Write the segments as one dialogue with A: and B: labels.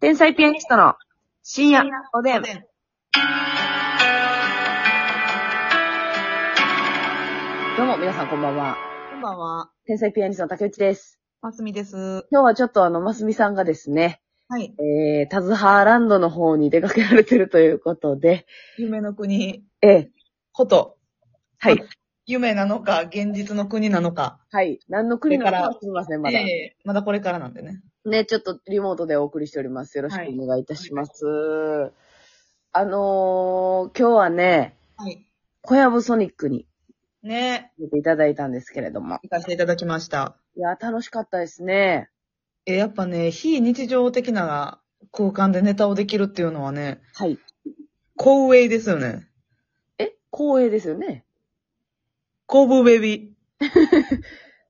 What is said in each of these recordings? A: 天才ピアニストの深夜おでん。どうも皆さんこんばんは。
B: こんばんは。
A: 天才ピアニストの竹内です。
B: ますみです。
A: 今日はちょっとあの、ますみさんがですね、
B: はい。
A: えー、タズハーランドの方に出かけられてるということで、
B: 夢の国
A: えー、
B: こと。
A: はい。
B: 夢なのか、現実の国なのか。
A: はい。何の国なの
B: これ
A: か
B: から
A: すみません、まだ。
B: ええまだこれからなんでね。
A: ね、ちょっとリモートでお送りしております。よろしく
B: はい
A: お願いいたします。あのー、今日はね、
B: はい。
A: 小籔ソニックに
B: ね
A: 出ていただいたんですけれども。
B: 行かせていただきました。
A: いや、楽しかったですね。
B: えやっぱね、非日常的な空間でネタをできるっていうのはね、
A: はい。
B: コウウェイですよね。
A: え光栄ですよね。
B: コウブベビー。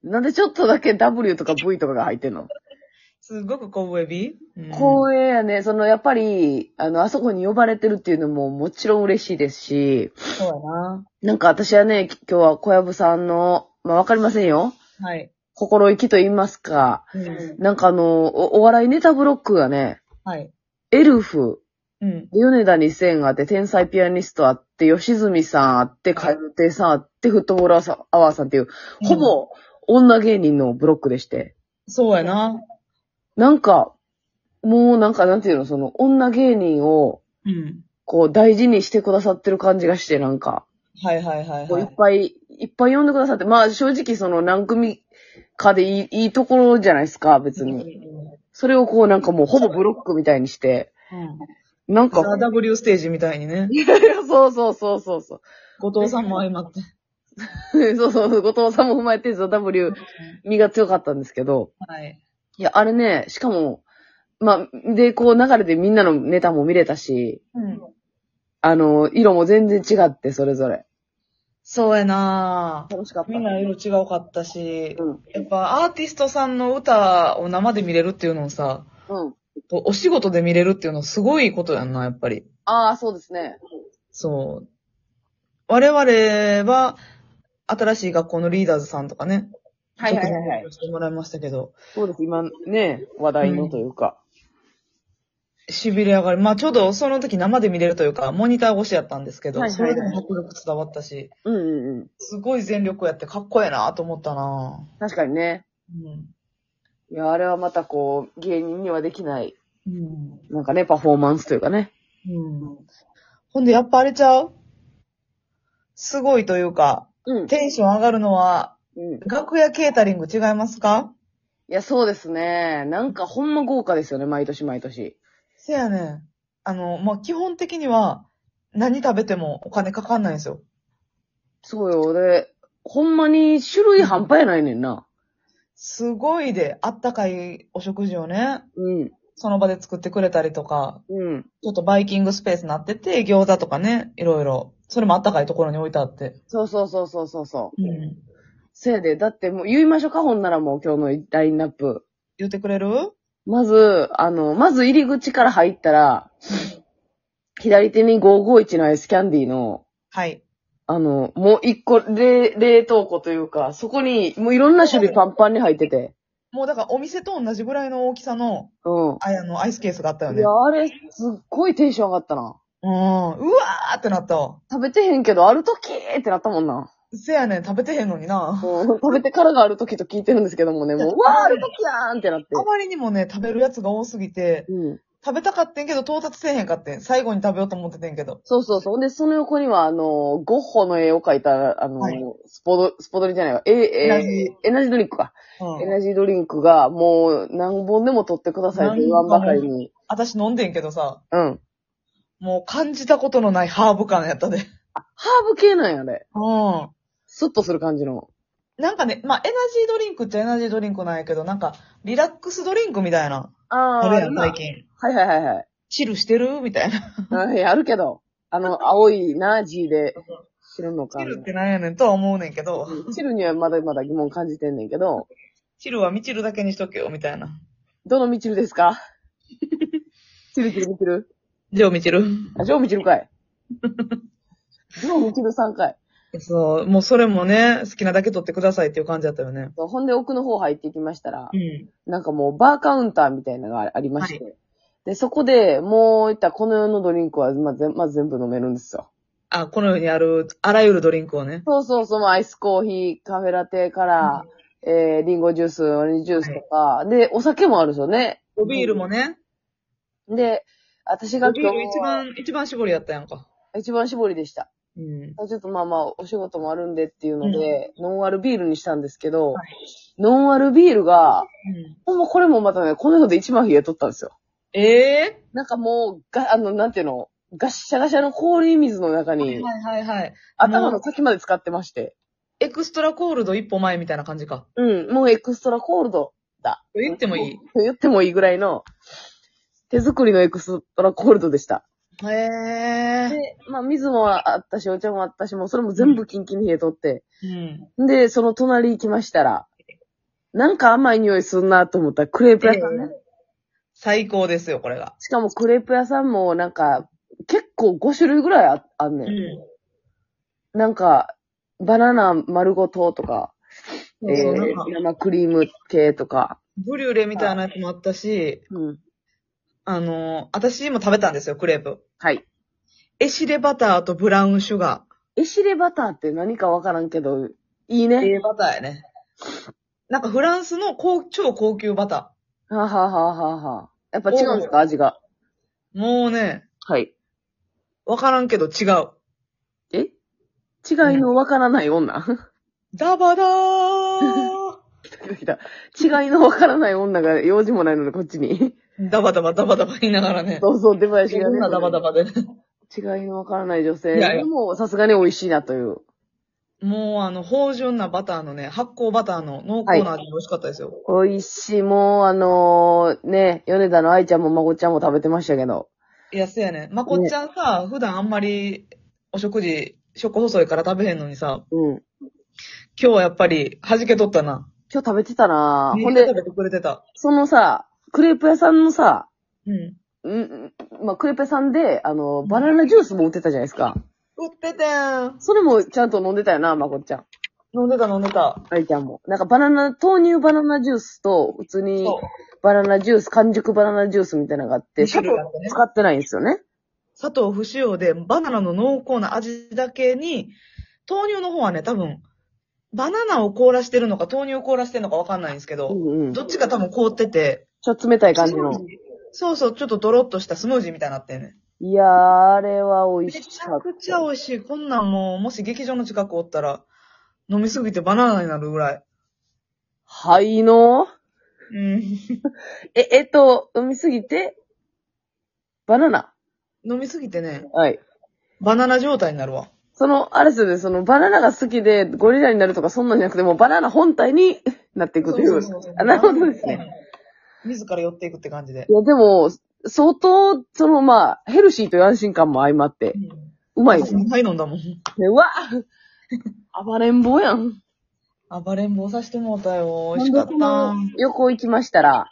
A: なんでちょっとだけ W とか V とかが入ってんの、
B: すごくコウブベビー、うん
A: 光栄やね。その、やっぱり、あの、あそこに呼ばれてるっていうのももちろん嬉しいですし、
B: そうやな。
A: なんか私はね、き今日は小籔さんの、まあ、わかりませんよ。
B: はい。
A: 心意気と言いますか。
B: うん
A: なんかあの、おお笑いネタブロックがね、
B: はい。
A: エルフ、
B: うん。
A: 米田2000があって、天才ピアニストあって、吉住さんあって、カエル亭さんあって、フットボールアワーさんアワーさんっていう、ほ
B: うん、
A: ぼ女芸人のブロックでして。
B: そうやな。
A: なんか、もうなんかなんていうの、その女芸人を
B: うん。
A: こう大事にしてくださってる感じがして、なんか、
B: はいはいはい
A: こう
B: はい
A: っ
B: い。
A: ぱい、いっぱい呼んでくださって、まあ正直その何組かでいいいいところじゃないですか、別に。
B: う
A: それをこうなんかもうほぼブロックみたいにして、
B: ん。
A: なんか、
B: ザ・ W ステージみたいにね。
A: いやいや、そうそうそうそうそう。
B: 後藤さんも相まって。
A: そうそう、後藤さんも踏まえて、ザ・ W、身が強かったんですけど、
B: はい。
A: いや、あれね、しかも、まあ、で、こう流れてみんなのネタも見れたし、
B: うん。
A: あの、色も全然違って、それぞれ。
B: そうやなぁ
A: 楽しかった。
B: みんな色違うかったし、
A: うん。
B: やっぱアーティストさんの歌を生で見れるっていうのをさ、
A: うん。
B: おお仕事で見れるっていうのすごいことやんな、やっぱり。
A: ああ、そうですね。
B: そう。我々は、新しい学校のリーダーズさんとかね。
A: はいはいはいはい
B: ちょっとしてもらいましたけど、
A: そうです、今ね、話題のというか。
B: 痺れ上がり。まあちょうどその時生で見れるというか、モニター越しやったんですけど、
A: はいはいはい
B: それでも迫力伝わったし、
A: うんうんうん。
B: すごい全力やってかっこええなと思ったな
A: 確かにね。
B: うん。
A: いや、あれはまたこう、芸人にはできない、
B: うん。
A: なんかね、パフォーマンスというかね。
B: うん。ほんで、やっぱあれちゃうすごいというか、
A: うん。
B: テンション上がるのは、
A: うん。い
B: 楽屋ケータリング違いますか
A: や、そうですね。なんかほんま豪華ですよね、毎年毎年。
B: せやねん。あの、まあ、基本的には、何食べてもお金かかんないんですよ。
A: そうよ、で、ほんまに種類半端やないねんな。
B: すごいで、あったかいお食事をね、
A: うん。
B: その場で作ってくれたりとか、
A: うん。
B: ちょっとバイキングスペースになってて、餃子とかね、いろいろ。それもあったかいところに置いてあって。
A: そうそうそうそうそうそう。
B: うん。
A: せやで、だってもう言いましょうか、ほんならもう今日のラインナップ。
B: 言ってくれる
A: まず、あの、まず入り口から入ったら、左手に551のアイスキャンディーの、
B: はい。
A: あの、もう一個冷、冷凍庫というか、そこに、もういろんな種類パンパンに入ってて。
B: もうだからお店と同じぐらいの大きさの、
A: うん。
B: ああの、アイスケースがあったよ
A: い
B: ね。
A: や
B: うん。
A: あ
B: う、
A: れ、すっごいテンション上がったな。
B: わーってなったわ。
A: 食べてへんけど、あるときーってなったもんな。
B: せやねん、食べてへんのにな。
A: うん食べてからがあるときと聞いてるんですけどもね、もう、うわあ、あるときやーんってなって。
B: あまりにもね、食べるやつが多すぎて、
A: うん。
B: 食べたかってんけど到達せえへんかってん。最後に食べようと思っててんけど。
A: そうそうそう。ほんで、その横には、あの、ゴッホの絵を描いた、あの、
B: はい
A: スポド、スポドリじゃないわ。え、え、
B: エナジー
A: エナジードリンクか。
B: う
A: エ
B: ん。
A: ナジードリンクがもう何本でも取ってくださいと言わんばかりに。
B: 私飲んでんけどさ、
A: うん。
B: もう感じたことのない ハーブ感やったで。うん。
A: ハーブ系なんやね。スッとする感じの。
B: なんかね、まあ、エナジードリンクっちゃエナジードリンクなんやけど、なんか、リラックスドリンクみたいな。
A: あ
B: あるやん、
A: は
B: 最
A: い
B: 近。
A: はいはいはい
B: チルしてるみたいな。。
A: はいあるけど、あ の、青いな、G で知るのか
B: チ。ルってなんやねんとは思うねんけど、
A: チルにはまだまだ疑問感じてんねんけど、
B: チルはミチルだけにしとけよ、みたいな。
A: どのミチルですかチルチルミチル
B: ジョーミチル。
A: あ、ジョーミチル かい。ジョーミチルさんかい。
B: そう、もうそれもね、好きなだけ取ってくださいっていう感じだったよね。
A: そうほんで奥の方入っていきましたら
B: う、ん。
A: なんかもうバーカウンターみたいなのがありまして、で、そこでもう言ったらこの世のドリンクは、まあ、全まあ、全部飲めるんですよ。
B: あ、この世にある、あらゆるドリンクをね。
A: そうそうそう、まあアイスコーヒー、カフェラテから、えー、リンゴジュース、オレンジジュースとか、で、お酒もあるんですよね。
B: おビールもね。
A: で、私が
B: おビー
A: 今
B: ル
A: 日
B: 一
A: は
B: 番、一番絞りやったやんか。
A: 一番絞りでした。
B: うん。
A: ちょっとまあまあ、お仕事もあるんでっていうので、ノンアルビールにしたんですけど、
B: は
A: ノンアルビールが、
B: うん、
A: ほんまこれもまたね、この世で一番冷えとったんですよ。
B: ええ
A: なんかもう、が、あの、なんていうの、ガッシャガシャの氷水の中に、
B: はいはいはい。
A: 頭の先まで使ってまして。
B: エクストラコールド一歩前みたいな感じか。
A: うん、もうエクストラコールドだ。
B: 言ってもいい。
A: 言ってもいいぐらいの、手作りのエクストラコールドでした。
B: へえ。
A: で、まあ、水もあったし、お茶もあったし、もうそれも全部キンキンに冷えとって。
B: うん。
A: で、その隣行きましたら、なんか甘い匂いすんなと思ったらクレープ屋さんね。
B: 最高ですよ、これが。
A: しかもクレープ屋さんもなんか、結構5種類ぐらいああんねん。なんか、バナナ丸ごととか、
B: そうそう
A: えー
B: なんか
A: 生クリーム系とか。
B: ブリュレみたいなやつもあったし、
A: うん。
B: あの、私も食べたんですよ、クレープ。
A: はい。
B: エシレバターとブラウンシュガ
A: エシレバターって何かわからんけど、いい
B: ー。
A: ね。
B: バターやね。なんかフランスの高超高級バタ
A: はあはあはあはあはあ。やっぱ違うんですか味が。
B: ー。もうね、
A: はい。
B: わからんけど違う。
A: え違いのわからない女
B: ダバダー
A: 違いのわからない女が用事もないのでこっち に。
B: ダバダバダバダバ言いながらね。
A: そうそう、出囃子
B: い
A: が
B: ろん
A: ね。
B: なダバダバでね。
A: 違いのわからない女性。
B: いやいや
A: でも、さすがに美味しいなという。
B: もうあの、芳醇なバターのね、発酵バターの濃厚な味で美味しかったですよ。
A: 美味しい。もう、あのーね、米田の愛ちゃんも孫ちゃんも食べてましたけど。
B: い、や、そうやね。まこっちゃんさ、普段あんまりお食事、食細いから食べへんのにさ、
A: うん。
B: 今日はやっぱり弾けとったな。
A: 今日食べてたなぁ。ほ
B: ほ
A: ん
B: ん
A: で
B: 食、べてくれてた。
A: そのさ、クレープ屋さんのさ、
B: うん。
A: うんうん、まあ、クレープ屋さんで、あの、バナナジュースも売ってたじゃないですか。
B: 売っててん。
A: それもちゃんと飲んでたよな、まこっちゃん。
B: 飲んでた飲んでた。
A: 愛ちゃんも。なんかバナナ、豆乳バナナジュースと、普通に
B: そ
A: バナナジュース、完熟バナナジュースみたいなのがあって、
B: 二
A: 砂
B: 種
A: 糖
B: 類あってね
A: 使ってないんですよね。
B: 砂糖不使用で、バナナの濃厚な味だけに、豆乳の方はね、多分、バナナを凍らしてるのか、豆乳を凍らしてるのかわかんないんですけ
A: う
B: ど、
A: んうん。ち
B: ど
A: ょ
B: っちか多分凍ってて、
A: っと冷たい感じの。
B: そうそう、ちょっとドロッとしたスムージーみたいになってんね。
A: いやー、あれは美
B: め
A: 味
B: ち
A: しか
B: ゃ
A: った。
B: くちゃ美味しい。こんなんもう、もし劇場の近くおったら、飲みすぎてバナナになるぐらい。
A: はいの
B: うん。
A: え、えっと、飲みすぎて、バナナ。
B: 飲みすぎてね、
A: はい。
B: バナナ状態になるわ。
A: その、あれですよね、その、バナナが好きで、ゴリラになるとか、そんなんじゃなくて、もうバナナ本体に なっていくという。あなるほどですね。。
B: 自ら寄っていくって感じで
A: い。や、でも、相当、その、まあ、ヘルシーという安心感も相まって、うまいですね。
B: はい、飲んだもん。
A: うわ暴れん坊やん。
B: 暴れん坊さしてもうたよ。美味しかった。うん。
A: 横行きましたら、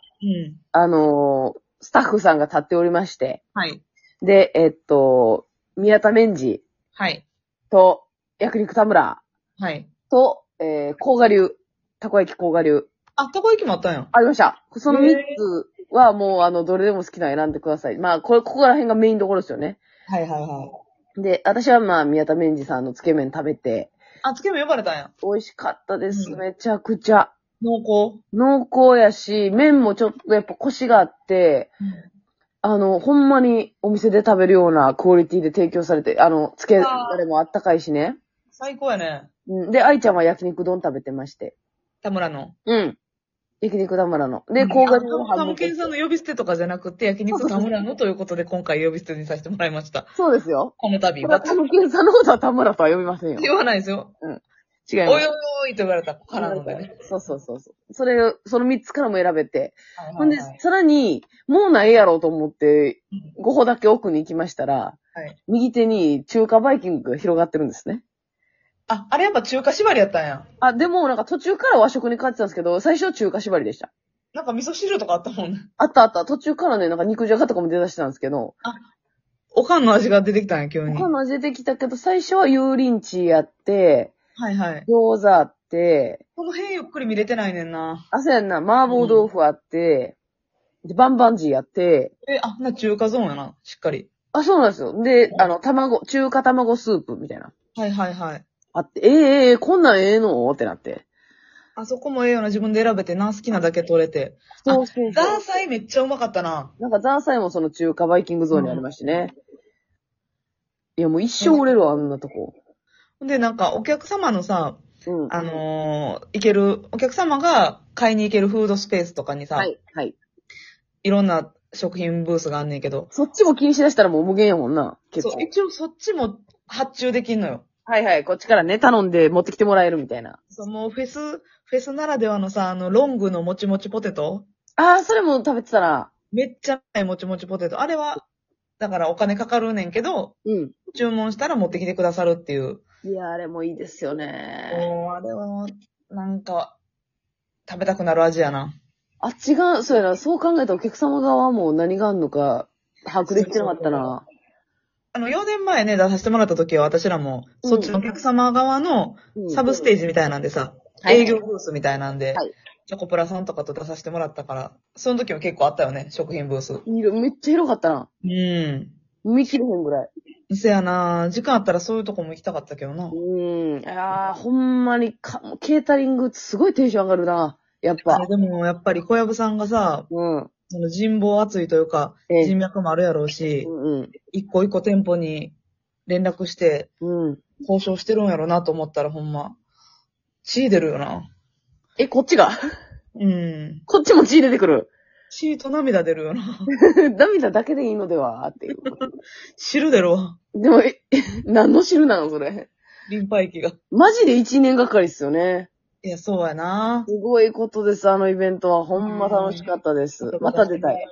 A: あのースタッフさんが立っておりまして、
B: はい。
A: で、えっと、宮田免治
B: はい。
A: と、焼肉田村、
B: はい。
A: と、えー、甲賀流、たこ焼き甲賀流。
B: あ、たこ焼きもあったんや。
A: ありました。その
B: へー
A: 3つはもう、あの、どれでも好きなの選んでください。まあ、これ、ここら辺がメインどころですよね。
B: はいはいはい。
A: で、私はまあ、宮田免治さんのつけ麺食べて、
B: あ、つけ麺呼ばれたんや。
A: 美味しかったです。
B: うん
A: めちゃくちゃ。
B: 濃厚。
A: 濃厚やし、麺もちょっとやっぱコシがあって、あの、ほんまにお店で食べるようなクオリティで提供されて、あの、つけ
B: あー
A: あれもあったかいしね。
B: 最高やね。
A: うん。で、愛ちゃんは焼肉丼食べてまして。
B: 田村の。
A: うん。焼肉田村の。で、甲賀流
B: の
A: の
B: ハ
A: ハ
B: ム
A: ム
B: ケ
A: ケ
B: ン
A: ン
B: さんの呼び捨てとかじゃなくて、焼肉田村のということで今回呼び捨てにさせてもらいました。
A: そうですよ。
B: この度。
A: これはタムキンさんのことは田村とは読みませんよ。違い
B: 言わないですよ。
A: ま
B: おい
A: す。
B: おいおいと言われたからのでね。
A: そうそうそうそう。それ、その3つからも選べて。
B: はい
A: ほん
B: はい
A: で
B: はい、
A: さらに、もうないやろうと思って
B: うん、
A: 5歩だけ奥に行きましたら、
B: はい
A: 右手に中華バイキングが広がってるんですね。
B: あ、あれやっぱ中華縛りやったんや。
A: あ、でもなんか途中から和食に変わってたんですけど、最初は中華縛りでした。
B: なんか味噌汁とかあったもんね。
A: あったあった。途中からね、なんか肉じゃがとかも出だしてたんですけど、
B: おかんの味が出てきたんや、急に。
A: 他の味出てきたけど、最初は油淋鶏やって、
B: はいはい。
A: 餃子あって、
B: この辺ゆっくり見れてないねんな。
A: あ、そうやんな、麻婆豆腐あって、で、バンバンジーやって、
B: え、あ、な、中華ゾーンやな。しっかり。
A: あ、そうなんですよ。で、あの、卵、中華卵スープみたいな。
B: はいはいはい。
A: あって、えー、えー、こんなんええのってなって。
B: あそこもええよな。自分で選べてな。好きなだけ取れて。
A: そうそう
B: ザ
A: そ
B: ーサイめっちゃうまかったな。
A: う。なんかザーサイもその中華バイキングゾーンにありましてね。いや、もう一生売れるわ、あんなとこ。
B: で、なんか、お客様のさ、
A: うん。
B: あのー行ける、お客様が買いに行けるフードスペースとかにさ、、
A: はいい、はい。
B: ろんな食品ブースがあんねんけど、
A: そっちも気にしだしたらもう無限やもんな、結
B: そう
A: 構、。
B: 一応そっちも発注できんのよ。
A: はいはい、こっちからね、頼んで持ってきてもらえるみたいな。
B: そう、もうフェス、フェスならではのさ、あの、ロングのもちもちポテト
A: ああ、それも食べてたな。
B: めっちゃないもちもちポテト。あれは、だからお金かかるねんけど、
A: うん。
B: 注文したら持ってきてくださるっていう。
A: いや、あれもいいですよね。
B: もう、あれは、なんか、食べたくなる味やな。
A: あっちが、そうやな、そう考えたらお客様側も何があんのか、把握できてなかったな。
B: あの、4年前ね、出させてもらった時は私らも、そっちのお客様側の
A: うん
B: サブステージみたいなんでさ、
A: はい
B: 営業ブースみたいなんで、
A: はい
B: チョコプラさんとかと出させてもらったから、その時も結構あったよね、食品ブース。う
A: いるめっちゃ広かったな。
B: ん。
A: 見切れへんぐらい。
B: せやな時間あったらそういうとこも行きたかったけどな。
A: うん。いやーほんまにか、ケータリングすごいテンション上がるな。やっ
B: あ
A: ぱ
B: れ。でも、やっぱり小籔さんがさ、
A: うん。
B: その人望厚いというか、
A: ええ
B: 人脈もあるやろうし
A: う、ん
B: 一個一個店舗に連絡して
A: うん。うん。
B: 交渉してるんやろなと思ったらほんま、血出るよな。
A: え、こっちが
B: うん。
A: こっちも血出てくる。
B: 血と涙出るよな。
A: 涙だけでいいのではっていう。
B: 汁出る わ。
A: でも、え、 何の汁なのそれ。
B: リンパ液が。
A: マジで1年がかりっすよね。
B: いや、そうやな。
A: すごいことです、あのイベントは。ほんま楽しかったです。また出たい。